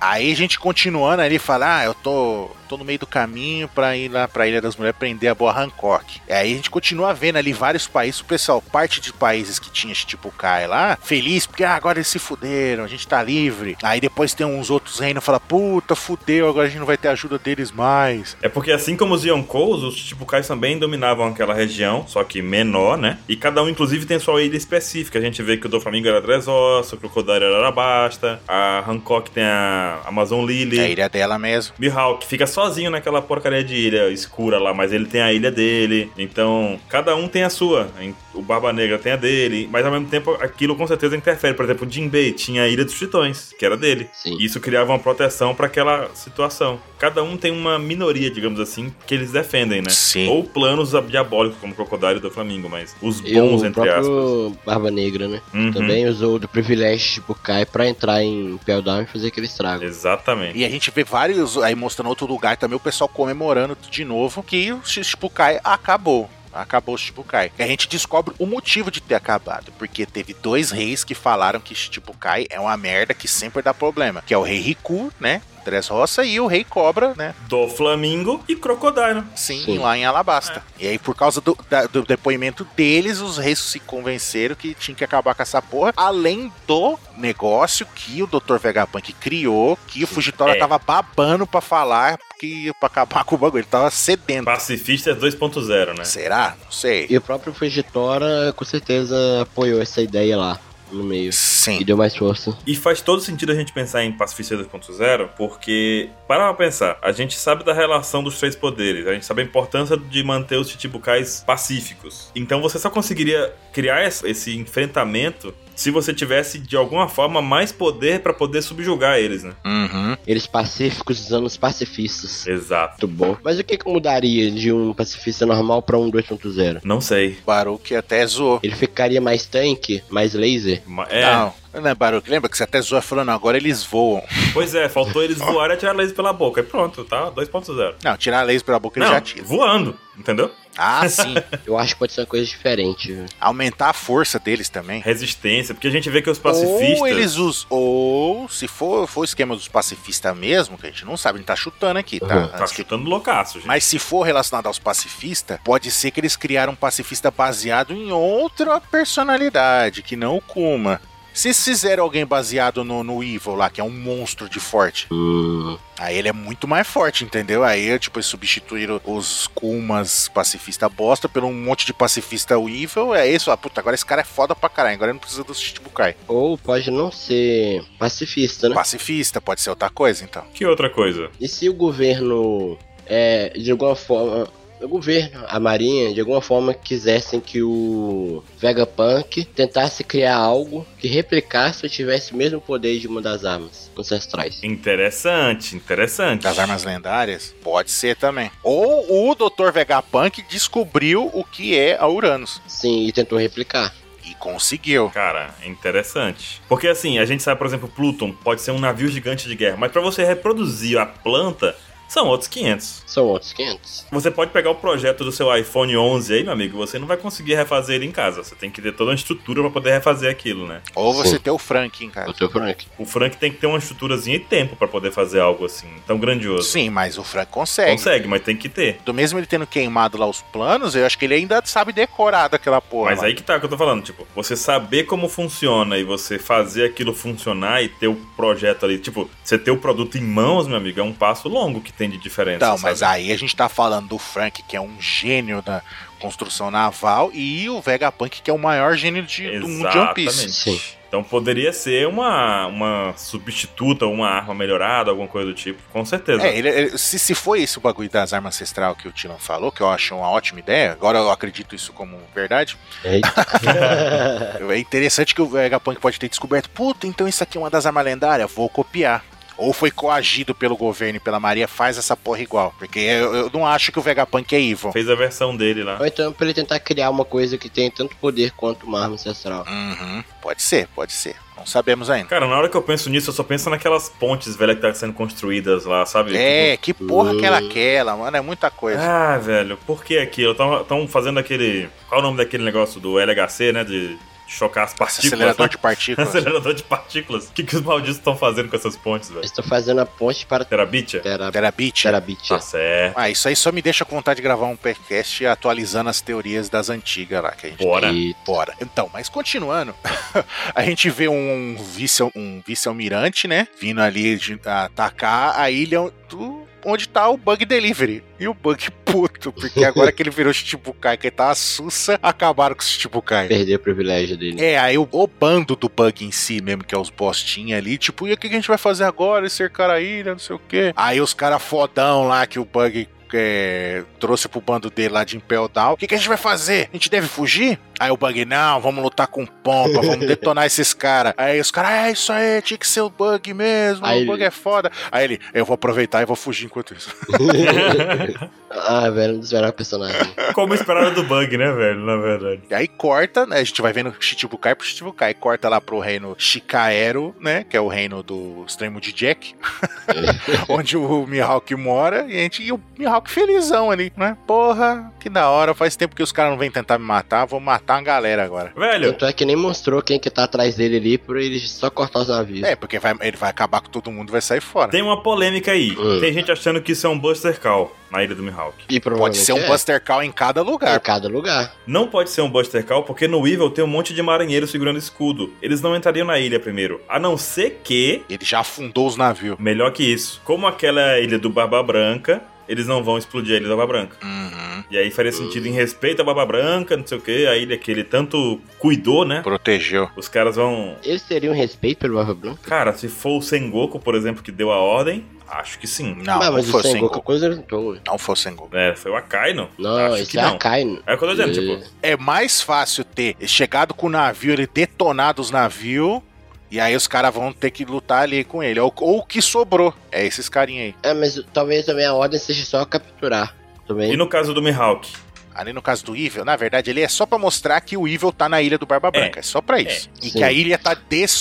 A: aí a gente continuando ali fala: Ah, eu tô tô no meio do caminho para ir lá pra Ilha das Mulheres prender a boa Hancock. Aí a gente continua vendo ali vários países, o pessoal, parte de países que tinha Chichibukai tipo lá, feliz porque ah, agora eles se fuderam, a gente tá livre. Aí depois tem uns outros reinos que fala, puta, fudeu, agora a gente não vai ter ajuda deles mais.
C: É porque assim como os Yonkous, os Chichibukais também dominavam aquela região, só que menor, né? E cada um, inclusive, tem sua ilha específica. A gente vê que o Doflamingo era Dressrosa, o Crocodile era Arabasta, a Hancock tem a Amazon Lily.
A: É a ilha dela mesmo.
C: Mihawk fica sozinho naquela porcaria de ilha escura lá, mas ele tem a ilha dele. Então, cada um tem a sua. O Barba Negra tem a dele, mas ao mesmo tempo aquilo com certeza interfere. Por exemplo, o Jinbei tinha a Ilha dos Tritões, que era dele.
B: Sim.
C: E isso criava uma proteção para aquela situação. Cada um tem uma minoria, digamos assim, que eles defendem, né?
A: Sim.
C: Ou planos diabólicos, como o Crocodile do Flamengo, mas os
B: E o
C: bons, entre aspas.
B: próprio Barba Negra, né?
C: Uhum.
B: Também usou do privilégio de Bukai pra entrar em Peldown e fazer aquele estrago.
C: Exatamente.
A: E a gente vê vários, aí mostrando outro lugar também, o pessoal comemorando de novo que o Shichibukai acabou. Acabou o Shichibukai. E a gente descobre o motivo de ter acabado. Porque teve dois reis que falaram que Shichibukai é uma merda que sempre dá problema. Que é o rei Riku, né? Dress Roça e o rei Cobra, né?
C: Do Flamingo e Crocodile.
A: Sim,
B: Sim.
A: lá em Alabasta.
C: É.
A: E aí, por causa do, da- do depoimento deles, os reis se convenceram que tinha que acabar com essa porra. Além do negócio que o Dr. Vegapunk criou, que o Fujitora
C: É.
A: tava babando pra falar que pra acabar com o bagulho. Ele tava sedento.
C: Pacifistas 2.0, né?
A: Será? Não sei.
B: E o próprio Fujitora com certeza apoiou essa ideia lá no meio.
A: Sim.
B: E deu mais força.
C: E faz todo sentido a gente pensar em Pacifista 2.0, porque, para pra pensar, a gente sabe da relação dos três poderes, a gente sabe a importância de manter os chichibucais pacíficos. Então você só conseguiria criar es- esse enfrentamento se você tivesse, de alguma forma, mais poder pra poder subjugar eles, né?
A: Uhum.
B: Eles pacíficos usando os pacifistas.
C: Exato.
B: Muito bom. Mas o que, que mudaria de um pacifista normal pra um 2.0?
C: Não sei.
A: Baruque até zoou.
B: Ele ficaria mais tanque, mais laser?
C: Ma- É,
A: Não, não é Baruque. Lembra que você até zoou falando, agora eles voam.
C: pois é, faltou eles voarem e atirar laser pela boca. E pronto, tá? 2.0.
A: Não, tirar a laser pela boca eles
C: Não,
A: já tiram.
C: voando, entendeu?
A: Ah, sim.
B: Eu acho que pode ser uma coisa diferente. viu?
A: Aumentar a força deles também.
C: Resistência, porque a gente vê que os pacifistas...
A: Ou eles usam. Ou se for, for o esquema dos pacifistas mesmo, que a gente não sabe, a gente tá chutando aqui, tá?
B: Uhum.
C: Tá chutando loucaço, gente.
A: Mas se for relacionado aos pacifistas, pode ser que eles criaram um pacifista baseado em outra personalidade, que não o Kuma. Se eles fizeram alguém baseado no, no Evil lá, que é um monstro de forte,
B: Hum.
A: aí ele é muito mais forte, entendeu? Aí, tipo, eles substituíram os Kumas pacifista bosta pelo um monte de pacifista Evil, é isso, ah, puta, agora esse cara é foda pra caralho, agora ele não precisa do Shichibukai.
B: Ou pode não ser pacifista, né?
A: Pacifista, pode ser outra coisa, então.
C: Que outra coisa?
B: E se o governo, é, de alguma forma, o governo, a marinha, de alguma forma quisessem que o Vegapunk tentasse criar algo que replicasse ou tivesse o mesmo poder de uma das armas ancestrais?
C: Interessante, interessante.
A: Das armas lendárias? Pode ser também. Ou o Dr. Vegapunk descobriu o que é a Uranus.
B: Sim, e tentou replicar.
A: E conseguiu.
C: Cara, é interessante. Porque assim, a gente sabe, por exemplo, Pluton pode ser um navio gigante de guerra, mas pra você reproduzir a planta, são outros 500.
B: São outros 500.
C: Você pode pegar o projeto do seu iPhone 11 aí, meu amigo, você não vai conseguir refazer ele em casa. Você tem que ter toda uma estrutura pra poder refazer aquilo, né?
A: Ou você
B: Sim.
A: tem o Frank em
B: É O
A: casa.
B: teu Frank.
C: O Frank tem que ter uma estruturazinha e tempo pra poder fazer algo assim, tão grandioso.
A: Sim, mas o Frank consegue.
C: Consegue, mas tem que ter.
A: Do mesmo ele tendo queimado lá os planos, eu acho que ele ainda sabe decorar daquela porra.
C: Mas
A: lá.
C: aí que tá o que eu tô falando, tipo, você saber como funciona e você fazer aquilo funcionar e ter o projeto ali, tipo, você ter o produto em mãos, meu amigo, é um passo longo que tem de diferença.
A: Então,
C: sabe?
A: mas aí a gente tá falando do Frank, que é um gênio da construção naval, e o Vegapunk, que é o maior gênio de, do mundo de One Piece.
C: Exatamente.
B: Sim.
C: Então poderia ser uma, uma substituta, uma arma melhorada, alguma coisa do tipo, com certeza.
A: É, ele- ele- se, se foi esse o bagulho das armas ancestral que o Tilan falou, que eu acho uma ótima ideia, agora eu acredito isso como verdade,
B: Eita.
A: é interessante que o Vegapunk pode ter descoberto, puta, então isso aqui é uma das armas lendárias, vou copiar. Ou foi coagido pelo governo e pela Maria, faz essa porra igual. Porque eu, eu não acho que o Vegapunk é evil.
C: Fez a versão dele lá.
B: ou então pra ele tentar criar uma coisa que tem tanto poder quanto uma arma ancestral.
A: Uhum, pode ser, pode ser. Não sabemos ainda.
C: Cara, na hora que eu penso nisso, eu só penso naquelas pontes velhas que tá sendo construídas lá, sabe? Tipo,
A: É, que porra
B: Hum.
C: Uh.
A: que era aquela, mano, é muita coisa.
C: é Ah, velho, por que aquilo? Estão fazendo aquele. Qual o nome daquele negócio do LHC, né? De chocar as partículas.
A: Acelerador
C: né?
A: de partículas.
C: Acelerador de partículas. O que, que os malditos estão fazendo com essas pontes, velho?
B: Eles estão fazendo a ponte para
C: Terabitia?
B: Terabit.
A: Terabit.
B: Terabit.
C: Tá certo.
A: Ah, isso aí só me deixa com vontade de gravar um podcast atualizando as teorias das antigas lá que a gente
C: Bora.
B: E
A: Bora. Então, mas continuando, a gente vê um vice um vice-almirante, né, vindo ali de- atacar a ilha do onde tá o Bug Delivery. E o Bug puto, porque agora que ele virou Shichibukai, que ele tava sussa, acabaram com o Shichibukai.
B: perder o privilégio dele.
A: É, aí o, o bando do bug em si mesmo, que é os bostinha ali, tipo, e o que que a gente vai fazer agora? Eles cercaram a ilha, não sei o quê. Aí os caras fodão lá que o bug. é, trouxe pro bando dele lá de Impel Down. O que, que a gente vai fazer? A gente deve fugir? Aí o Bug, não, vamos lutar com pompa, vamos detonar esses caras. Aí os caras, é isso aí, tinha que ser o Bug mesmo,
B: Aí
A: o Bug
B: ele-
A: é foda. Aí ele, eu vou aproveitar e vou fugir enquanto isso.
B: ah, velho, um dos melhores personagens.
C: Como esperado do bug, né, velho? Na verdade.
A: E aí corta, né? A gente vai vendo Shichibukai pro Shichibukai. Corta lá pro reino Shikaero, né? Que é o reino do extremo de Jack. onde o Mihawk mora. E, a gente, e o Mihawk felizão ali, né? Porra, que da hora. Faz tempo que os caras não vêm tentar me matar. Vou matar a galera agora.
C: Velho,
B: Tanto é que nem mostrou quem que tá atrás dele ali pra ele só cortar os navios.
A: É, porque vai- ele vai acabar com todo mundo e vai sair fora.
C: tem uma polêmica aí.
A: Ah.
B: Hum.
C: Tem gente achando que isso é um Buster Call na ilha do Mihawk.
B: E
A: Pode
B: provavelmente
A: ser um
B: é.
A: Buster Call em cada
B: Em
A: lugar.
B: cada lugar.
C: Não pode ser um Buster Call porque no Evil tem um monte de marinheiros segurando escudo. Eles não entrariam na ilha primeiro. A não ser que
A: Ele já afundou os navios.
C: Melhor que isso. Como aquela ilha do Barba Branca, eles não vão explodir a ilha da Barba Branca.
A: Uhum.
C: E aí faria sentido em respeito à Barba Branca, não sei o que, a ilha que ele tanto cuidou, né?
A: Protegeu.
C: Os caras vão.
B: Eles teriam respeito pelo Barba Branca?
C: Cara, se for o Sengoku, por exemplo, que deu a ordem, acho que sim. né?
A: Não,
B: Ah,
A: não
B: mas
A: foi o
B: o Sengoku
A: Sengoku.
B: coisa
A: Não foi o Sengoku.
C: É, foi o Akaino.
B: Não,
C: acho
B: esse
C: que
B: é
C: não.
B: Akainu.
C: É o que eu tô dizendo,
B: É.
C: tipo.
A: é mais fácil ter chegado com o navio, ele detonado os navios, e aí os caras vão ter que lutar ali com ele. Ou, ou o que sobrou. É esses carinha aí.
B: É, mas talvez também a ordem seja só capturar. Também.
C: E no caso do Mihawk?
A: Ali no caso do Evil, na verdade, ele é só pra mostrar que o Evil tá na ilha do Barba Branca. É, só pra isso. e
B: Sim.
A: que a ilha tá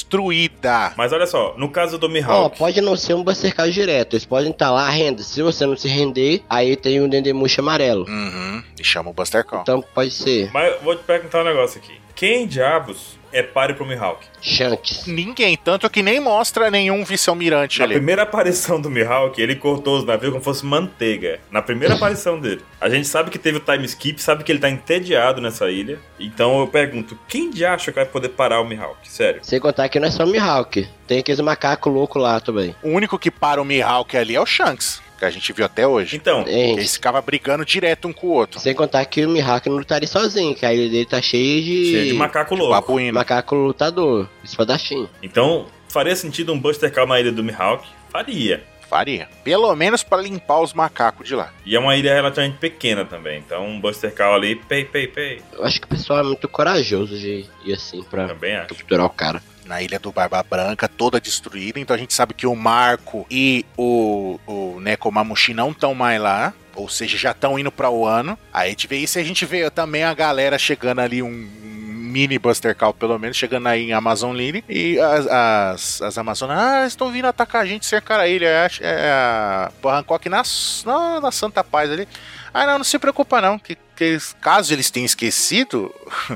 A: destruída.
C: Mas olha só, no caso do
B: Ó,
C: Mihawk.
B: pode não ser um cercado direto, eles podem estar lá, renda. Se você não se render, aí tem um Dendemushi amarelo.
A: Uhum. E chama o Buster Call.
B: Então pode ser
C: Mas eu vou te perguntar um negócio aqui. Quem diabos é pare pro Mihawk?
B: Shanks.
A: Ninguém, tanto que nem mostra nenhum vice-almirante
C: Na
A: ali.
C: primeira aparição do Mihawk, ele cortou os navios como fosse manteiga. Na primeira aparição dele. A gente sabe que teve o time skip, sabe que ele tá entediado nessa ilha. Então eu pergunto, quem de acha que vai poder parar o Mihawk? Sério.
B: Sem contar que não é só o Mihawk, tem aqueles macacos loucos lá também.
A: O único que para o Mihawk ali é o Shanks, que a gente viu até hoje.
C: Então,
B: Tem.
A: Eles ficavam brigando direto um com o outro.
B: Sem contar que o Mihawk não lutaria sozinho, que a ilha dele tá cheia de,
C: cheio de macaco louco.
A: Babuína.
B: macaco lutador, espadachim.
C: Então, faria sentido um Buster Call na ilha do Mihawk? Faria.
A: Faria. Pelo menos pra limpar os macacos de lá.
C: E é uma ilha relativamente pequena também. Então, um Buster Call ali, pei, pei, pei.
B: Eu acho que o pessoal é muito corajoso de ir assim pra
C: Também acho.
B: capturar o cara.
A: na Ilha do Barba Branca, toda destruída. Então a gente sabe que o Marco e o, o Nekomamushi não estão mais lá. Ou seja, já estão indo pra o ano. Aí a gente vê isso e a gente vê também a galera chegando ali, um mini Buster Call, pelo menos, chegando aí em Amazon Lily. E as, as, as Amazonas, ah, eles estão vindo atacar a gente, cercar a ilha. É, a- é a Hancock na, na, na Santa Paz ali. Ah, não, não se preocupa não, que, que eles- caso eles tenham esquecido,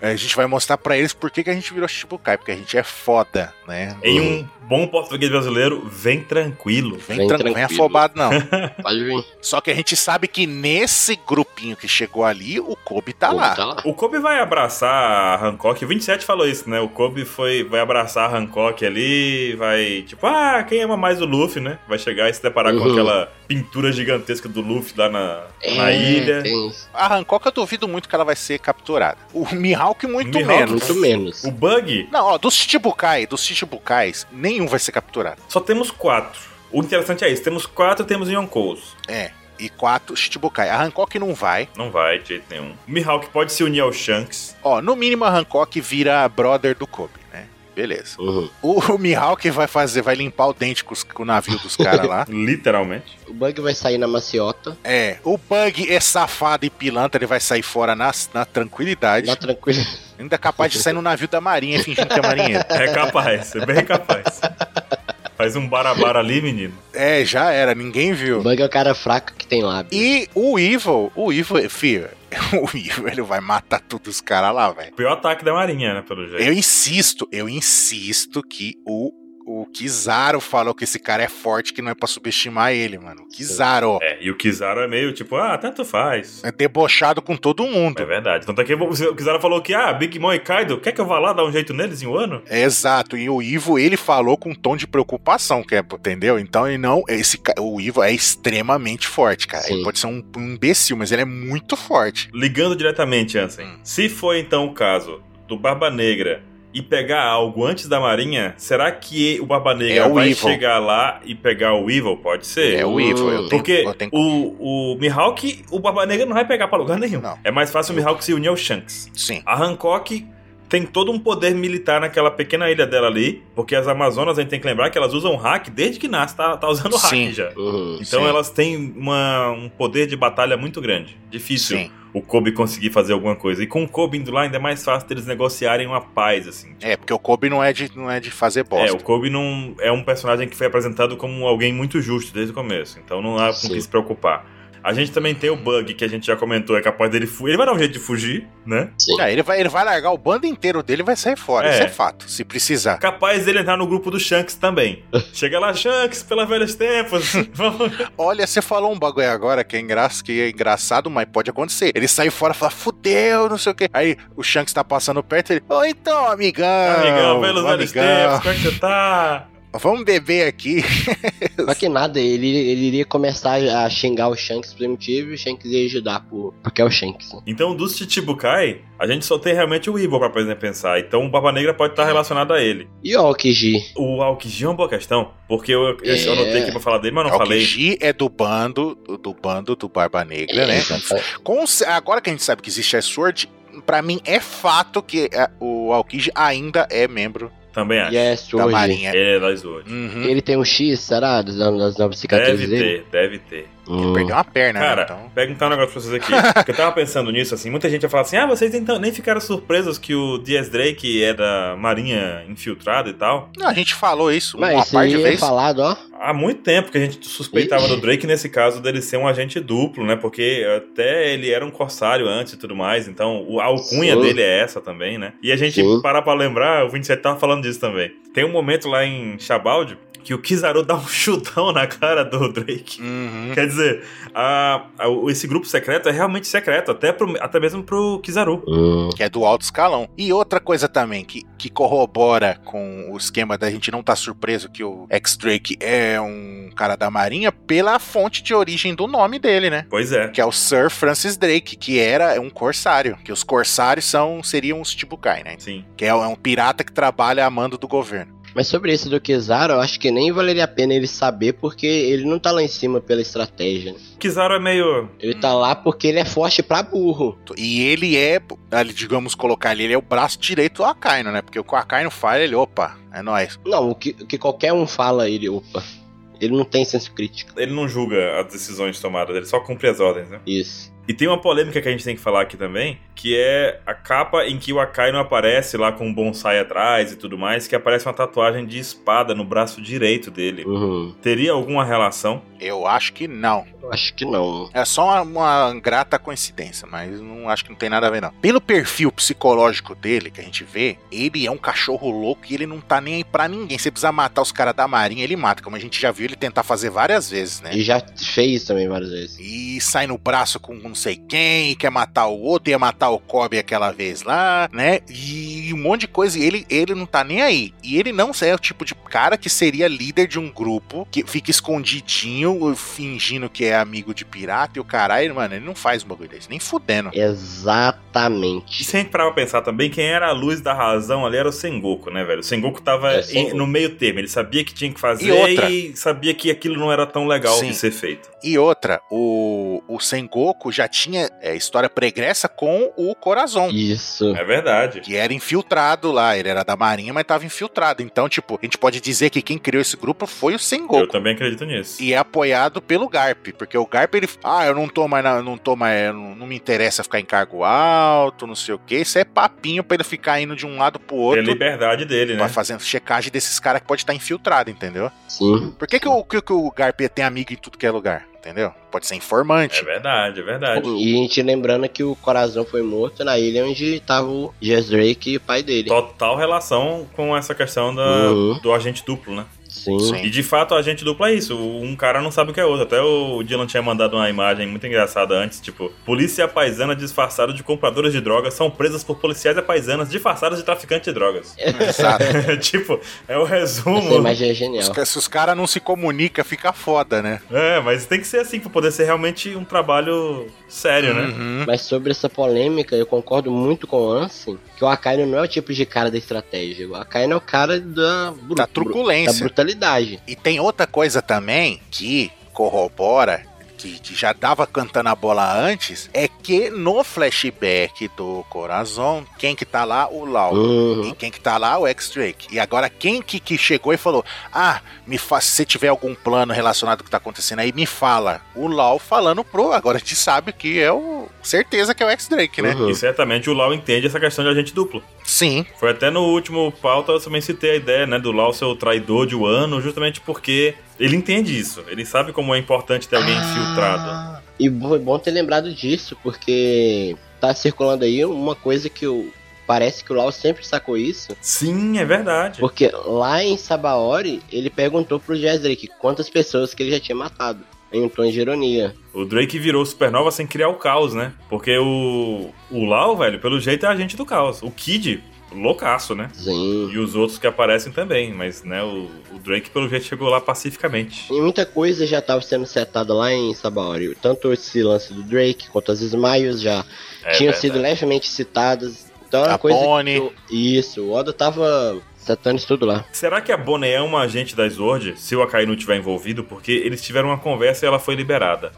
A: a gente vai mostrar pra eles por que que a gente virou Shichibukai, porque a gente é foda, né?
C: Em um bom português brasileiro, vem tranquilo.
A: Vem,
B: Vem
A: tranquilo, vem
B: tranquilo.
A: afobado não.
B: Pode vir.
A: Só que a gente sabe que nesse grupinho que chegou ali, o Kobe tá
B: Pô,
A: lá.
B: Tá lá.
C: O Kobe vai abraçar a Hancock, o 27 falou isso, né? O Kobe foi, vai abraçar a Hancock ali, vai tipo, ah, quem ama mais o Luffy, né? Vai chegar e se deparar com
B: Uhum.
C: aquela pintura gigantesca do Luffy lá na, na
B: É,
C: ilha.
B: tem isso.
A: A Hancock eu duvido muito que ela vai ser capturada. O Mihawk muito
C: Mihawk?
A: menos.
B: Muito menos.
C: O Bug,
A: Não, ó, dos Shichibukai, dos Shichibukais, nenhum vai ser capturado.
C: só temos quatro. O interessante é isso, temos quatro temos Yonkous.
A: É, e quatro Shichibukai. A Hancock não vai.
C: Não vai de jeito nenhum. O Mihawk pode se unir ao Shanks.
A: Ó, no mínimo a Hancock vira brother do Kobe, né? Beleza.
B: Uhum.
A: O Mihawk vai fazer, vai limpar o dente com, os- com o navio dos caras lá.
C: Literalmente.
B: O Bug vai sair na maciota,
A: É, o Bug é safado e pilantra, ele vai sair fora na, na tranquilidade.
B: dá tranquilo.
A: Ainda é capaz de sair no navio da marinha fingindo que é marinheiro.
C: É capaz, é bem capaz. Faz um barabara ali, menino.
A: um- É, já era, ninguém
B: O
A: viu.
B: Bug é o cara fraco que tem lábio.
A: E o Evil, o Evil, filho, o Ivo, ele vai matar todos os caras lá, velho.
C: Pior ataque da Marinha, né, pelo jeito.
A: Eu insisto, eu insisto que o o Kizaru falou que esse cara é forte, que não é pra subestimar ele, mano. O Kizaru.
C: É, e o Kizaru é meio tipo, ah, tanto faz.
A: É debochado com todo mundo.
C: É verdade. Tanto é que o Kizaru falou que, ah, Big Mom e Kaido, quer que eu vá lá dar um jeito neles em um ano?
A: É, exato. E o Ivo, ele falou com um tom de preocupação, que é, entendeu? Então, ele não. Esse, ca- o Ivo é extremamente forte, cara.
B: Sim.
A: Ele pode ser um, um imbecil, mas ele é muito forte.
C: Ligando diretamente, Ansem.
A: Hum.
C: Se for então o caso do Barba Negra e pegar algo antes da Marinha, será que o Barba Negra
A: É o
C: vai
A: Evil.
C: chegar lá e pegar o Evil? Pode ser.
A: É o Ivo. Eu tenho,
C: Porque
A: eu tenho-
C: o, o Mihawk, o Barba Negra não vai pegar pra lugar nenhum.
A: Não.
C: É mais fácil o Mihawk se unir ao Shanks.
A: Sim.
C: A Hancock tem todo um poder militar naquela pequena ilha dela ali, porque as Amazonas, a gente tem que lembrar que elas usam hack desde que nasce, tá, tá usando hack
A: Sim.
C: já.
B: Uhum.
C: Então
A: Sim.
C: elas têm uma- um poder de batalha muito grande. Difícil
A: Sim.
C: o Kobe conseguir fazer alguma coisa. E com o Kobe indo lá, ainda é mais fácil deles negociarem uma paz, assim.
A: É, porque o Kobe não é de, não é de fazer
C: É, o
A: bosta.
C: Kobe não é um personagem que foi apresentado como alguém muito justo desde o começo, então não há com
B: Sim.
C: que se preocupar. A gente também tem o Bug, que a gente já comentou, é capaz dele fugir. Ele vai dar um jeito de fugir, né?
B: Sim.
A: Ah, ele, vai, ele vai largar o bando inteiro dele e vai sair fora.
C: É.
A: Isso é fato, se precisar.
C: Capaz dele entrar no grupo do Shanks também. Chega lá, Shanks, pelas velhas tempos. Vamos.
A: Olha, você falou um bagulho agora que é, engra- que é engraçado, mas pode acontecer. Ele sai fora e fala, fudeu, não sei o quê. Aí o Shanks tá passando perto ele, ô então, amigão.
C: amigão, pelos velhos tempos, como é que você tá?
A: Vamos beber aqui.
B: Só que nada, ele, ele iria começar a xingar o Shanks primitivo e o Shanks ia ajudar por, porque é o Shanks. né?
C: Então, dos Chichibukai, a gente só tem realmente o Evil pra poder pensar. Então, o Barba Negra pode estar relacionado a ele.
B: E o Aokiji?
C: O Aokiji é uma boa questão, porque eu, eu
B: É.
C: anotei aqui pra falar dele, mas não
A: É o
C: falei.
A: Kiji é do bando, do bando do Barba Negra, né?
B: Exatamente.
A: Com ce- agora que a gente sabe que existe a Sword, pra mim é fato que é, o Aokiji ainda é membro
C: Também acho.
B: E é
A: da
B: Sword.
A: Marinha.
C: Ele é da Sword.
A: Uhum.
B: Ele tem um X, será? Das, das novas
C: Deve
B: cicatrizes dele?
C: ter, deve ter.
A: Ele
B: Hum.
C: um
A: perdeu uma perna,
C: Cara,
A: né? Então...
C: perguntar um negócio pra vocês aqui. Porque eu tava pensando nisso, assim, muita gente ia falar assim, ah, vocês então nem ficaram surpresos que o Dias Drake é da marinha infiltrado e tal.
A: Não, Então, a gente falou isso uma
B: Mas isso
A: par de
B: aí é
A: vezes.
B: falado, ó.
C: Há muito tempo que a gente suspeitava
B: Ixi.
C: do Drake, nesse caso, dele ser um agente duplo, né? Porque até ele era um corsário antes e tudo mais, então o- a alcunha
B: Sim.
C: dele é essa também, né? E a gente
B: Sim.
C: parar pra lembrar, o 27 tava falando disso também. Tem um momento lá em Chabaldi que o Kizaru dá um chutão na cara do Drake.
A: Uhum.
C: Quer dizer, a- a- o- esse grupo secreto é realmente secreto, até, pro- até mesmo pro Kizaru.
B: Hum.
A: que é do alto escalão. E outra coisa também que, que corrobora com o esquema da gente não estar surpreso que o X-Drake é um cara da Marinha pela fonte de origem do nome dele, né?
C: Pois é.
A: Que é o Sir Francis Drake, que era um corsário. Que os corsários são seriam os Chibukai, né?
C: Sim.
A: Que é, um- é um pirata que trabalha a mando do governo.
B: Mas sobre isso do Kizaru, eu acho que nem valeria a pena ele saber, porque ele não tá lá em cima pela estratégia. né?
C: Kizaru é meio.
B: Ele tá lá porque ele é forte pra burro.
A: E ele é, ali, digamos colocar ali, ele é o braço direito do Akainu, né? Porque o que o Akainu faz, ele, opa, é nóis.
B: Não, o que, o que qualquer um fala, ele, opa. Ele não tem senso crítico.
C: Ele não julga as decisões tomadas, ele só cumpre as ordens, né?
B: Isso.
C: E tem uma polêmica que a gente tem que falar aqui também, que é a capa em que o Akainu aparece lá com um bonsai atrás e tudo mais, que aparece uma tatuagem de espada no braço direito dele.
B: Uhum.
C: Teria alguma relação?
A: Eu acho que não.
B: Eu acho que não.
A: É só uma, uma grata coincidência, mas não acho que não tem nada a ver, não. Pelo perfil psicológico dele, que a gente vê, ele é um cachorro louco e ele não tá nem aí pra ninguém. Se precisar matar os caras da marinha, ele mata, como a gente já viu ele tentar fazer várias vezes, né?
B: E já fez também várias vezes.
A: E sai no braço com não sei quem, e quer matar o outro, ia matar o Kobe aquela vez lá, né? E um monte de coisa. E ele, ele não tá nem aí. E ele não é o tipo de cara que seria líder de um grupo que fica escondidinho, fingindo que é amigo de pirata e o caralho, mano, ele não faz um bagulho desse, nem fudendo.
C: E
B: Exatamente.
C: se a gente parar pra pensar também, quem era a luz da razão ali era o Sengoku, né, velho? O Sengoku tava
B: É, Sengoku.
C: em- no meio termo, ele sabia que tinha que fazer
A: E outra.
C: e sabia que aquilo não era tão legal
A: Sim.
C: de ser feito.
A: E outra, o, o Sengoku já tinha é, história pregressa com o Corazon.
B: Isso.
C: É verdade.
A: Que era infiltrado lá, ele era da marinha, mas tava infiltrado. Então, tipo, a gente pode dizer que quem criou esse grupo foi o Sengoku.
C: Eu também acredito nisso.
A: e é apoiado pelo Garp, porque o Garp ele, ah, eu não tô mais, na- não tô mais, eu não, não me interessa ficar em cargo alto, não sei o que, isso é papinho pra ele ficar indo de um lado pro
C: É a
A: outro,
C: liberdade dele, né?
A: pra fazendo checagem desses caras que pode estar infiltrado, entendeu?
B: Sim.
A: Por que que o, que, que o Garp tem amigo em tudo que é lugar? entendeu? Pode ser informante.
C: É verdade, é verdade.
B: E a gente lembrando que o Corazão foi morto na ilha onde tava o Jess Drake e o pai dele.
C: Total relação com essa questão da,
B: Uhum.
C: do agente duplo, né?
B: Sim.
A: Sim.
C: E de fato, a gente dupla é isso. Um cara não sabe o que é outro. Até o Dylan tinha mandado uma imagem muito engraçada antes, tipo, polícia paisana disfarçada de compradores de drogas são presas por policiais e paisanas disfarçados de traficantes de drogas.
A: Exato.
C: É tipo, é o
B: Essa
C: resumo.
B: imagem é
A: Os
B: genial.
A: ca- se os caras não se comunicam, fica foda, né?
C: É, mas tem que ser assim pra poder ser realmente um trabalho sério, né?
A: Uhum.
B: Mas sobre essa polêmica, eu concordo muito com o Ansem, que o Akainu não é o tipo de cara da estratégia. O Akainu é o cara da, bru-
A: Da
B: da
A: Tá truculência.
B: brutalidade.
A: E tem outra coisa também que corrobora, que, que já dava cantando a bola antes, é que no flashback do Corazon, quem que tá lá? O Lau.
B: Uhum.
A: E quem que tá lá? O X-Drake. E agora, quem que, que chegou e falou: Ah, me fa- se tiver algum plano relacionado com o que tá acontecendo aí, me fala. O Lau falando pro. Agora a gente sabe que é o. Certeza que é o X-Drake, né?
B: Uhum.
C: E certamente o Lau entende essa questão de agente duplo.
A: Sim.
C: Foi até no último pauta eu também citei a ideia, né, do Lau ser o traidor de Wano, justamente porque ele entende isso. Ele sabe como é importante ter
B: Ah.
C: alguém infiltrado.
B: E bo- foi bom ter lembrado disso, porque tá circulando aí uma coisa que o- parece que o Lau sempre sacou isso.
C: Sim, é verdade.
B: Porque lá em Sabaori, ele perguntou pro Jazz Drake quantas pessoas que ele já tinha matado. Em um tom de ironia.
C: O Drake virou supernova sem criar o caos, né? Porque o, o Lau, velho, pelo jeito é agente do caos. O Kid, loucaço, né?
B: Sim.
C: E os outros que aparecem também, mas, né, o, o Drake pelo jeito chegou lá pacificamente.
B: E muita coisa já estava sendo setada lá em Sabaori. Tanto esse lance do Drake quanto as Smiles já
C: É
B: tinham
C: verdade.
B: sido levemente citadas. Então era
A: A
B: uma coisa. que
A: Bonnie.
B: o- Isso, o Oda tava setando isso tudo lá.
C: Será que a Bonnie é uma agente da Sword, se o Akainu tiver envolvido? Porque eles tiveram uma conversa e ela foi liberada.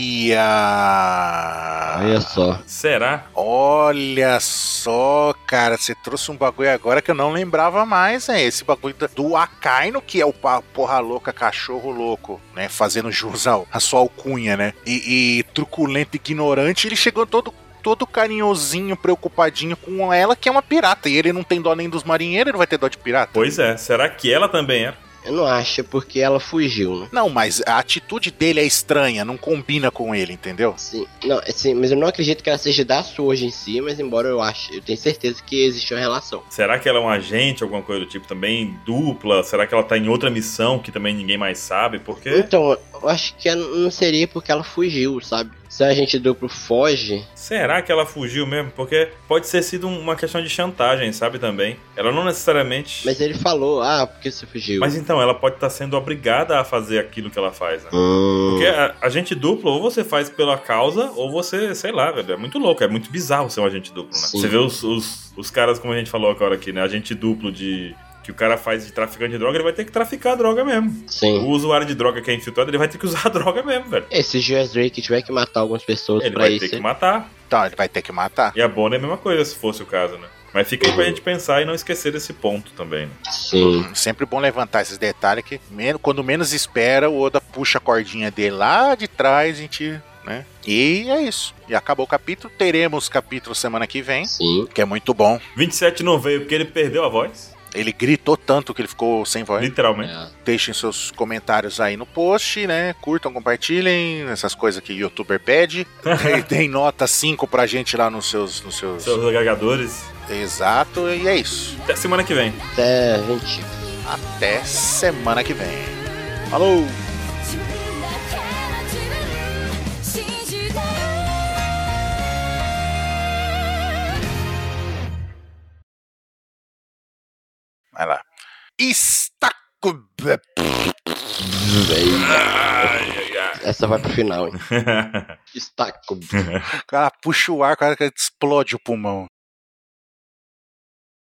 A: Olha! Ah.
B: Olha só.
C: Será?
A: Olha só, cara, você trouxe um bagulho agora que eu não lembrava mais, né? Esse bagulho da- do Akaino, que é o pa- porra louca, cachorro louco, né? Fazendo jus ao, a sua alcunha, né? E, e truculento, ignorante, ele chegou todo. Todo carinhosinho, preocupadinho com ela, que é uma pirata. E ele não tem dó nem dos marinheiros, ele vai ter dó de pirata.
C: Pois é, será que ela também é?
B: Eu não acho, porque ela fugiu, né?
A: Não, mas a atitude dele é estranha, não combina com ele, entendeu?
B: Sim, não, assim, mas eu não acredito que ela seja da Sword em si, mas embora eu ache, eu tenho certeza que existe uma relação.
C: Será que ela é um agente, alguma coisa do tipo também? Dupla? Será que ela tá em outra missão que também ninguém mais sabe? Porque.
B: Então, eu acho que não seria porque ela fugiu, sabe? Se a gente duplo foge,
C: Será que ela fugiu mesmo? Porque pode ser sido um, uma questão de chantagem, sabe? Também. Ela não necessariamente.
B: mas ele falou, ah, por que você fugiu?
C: Mas então, ela pode estar sendo obrigada a fazer aquilo que ela faz, né?
B: Hum,
C: Porque a agente duplo, ou você faz pela causa, ou você, sei lá, velho. É muito louco, é muito bizarro ser um agente duplo, né?
B: Sim.
C: Você vê os, os, os caras, como a gente falou agora aqui, né? Agente duplo de. Que o cara faz de traficante de droga, ele vai ter que traficar a droga mesmo.
B: Sim.
C: O usuário de droga que é infiltrado, ele vai ter que usar a droga mesmo, velho.
B: E se o Jazz Drake tiver que matar algumas pessoas
C: Ele
B: pra
C: vai
B: isso,
C: ter que matar.
A: Então, ele vai ter que matar.
C: E a Bonnie é a mesma coisa, se fosse o caso, né? Mas fica aí pra gente pensar e não esquecer desse ponto também, né?
B: sim.
A: Sempre bom levantar esses detalhes que men- quando menos espera, o Oda puxa a cordinha dele lá de trás, a gente, né? E é isso. E acabou o capítulo. Teremos capítulo semana que vem,
B: Sim.
A: que é muito bom.
C: 27 não veio porque ele perdeu a voz,
A: Ele gritou tanto que ele ficou sem voz.
C: literalmente.
B: É.
A: Deixem seus comentários aí no post, né? Curtam, compartilhem, essas coisas que youtuber pede. E Deem nota 5 pra gente lá nos seus, nos seus.
C: Seus agregadores.
A: Exato, e é isso.
C: Até semana que vem.
B: Até 20.
A: Até semana que vem. Falou!
D: 自分だけの自分信じてる
A: vai lá. Está co-
B: Essa vai pro final, hein? Estaco.
A: O cara puxa o ar, o cara explode o pulmão.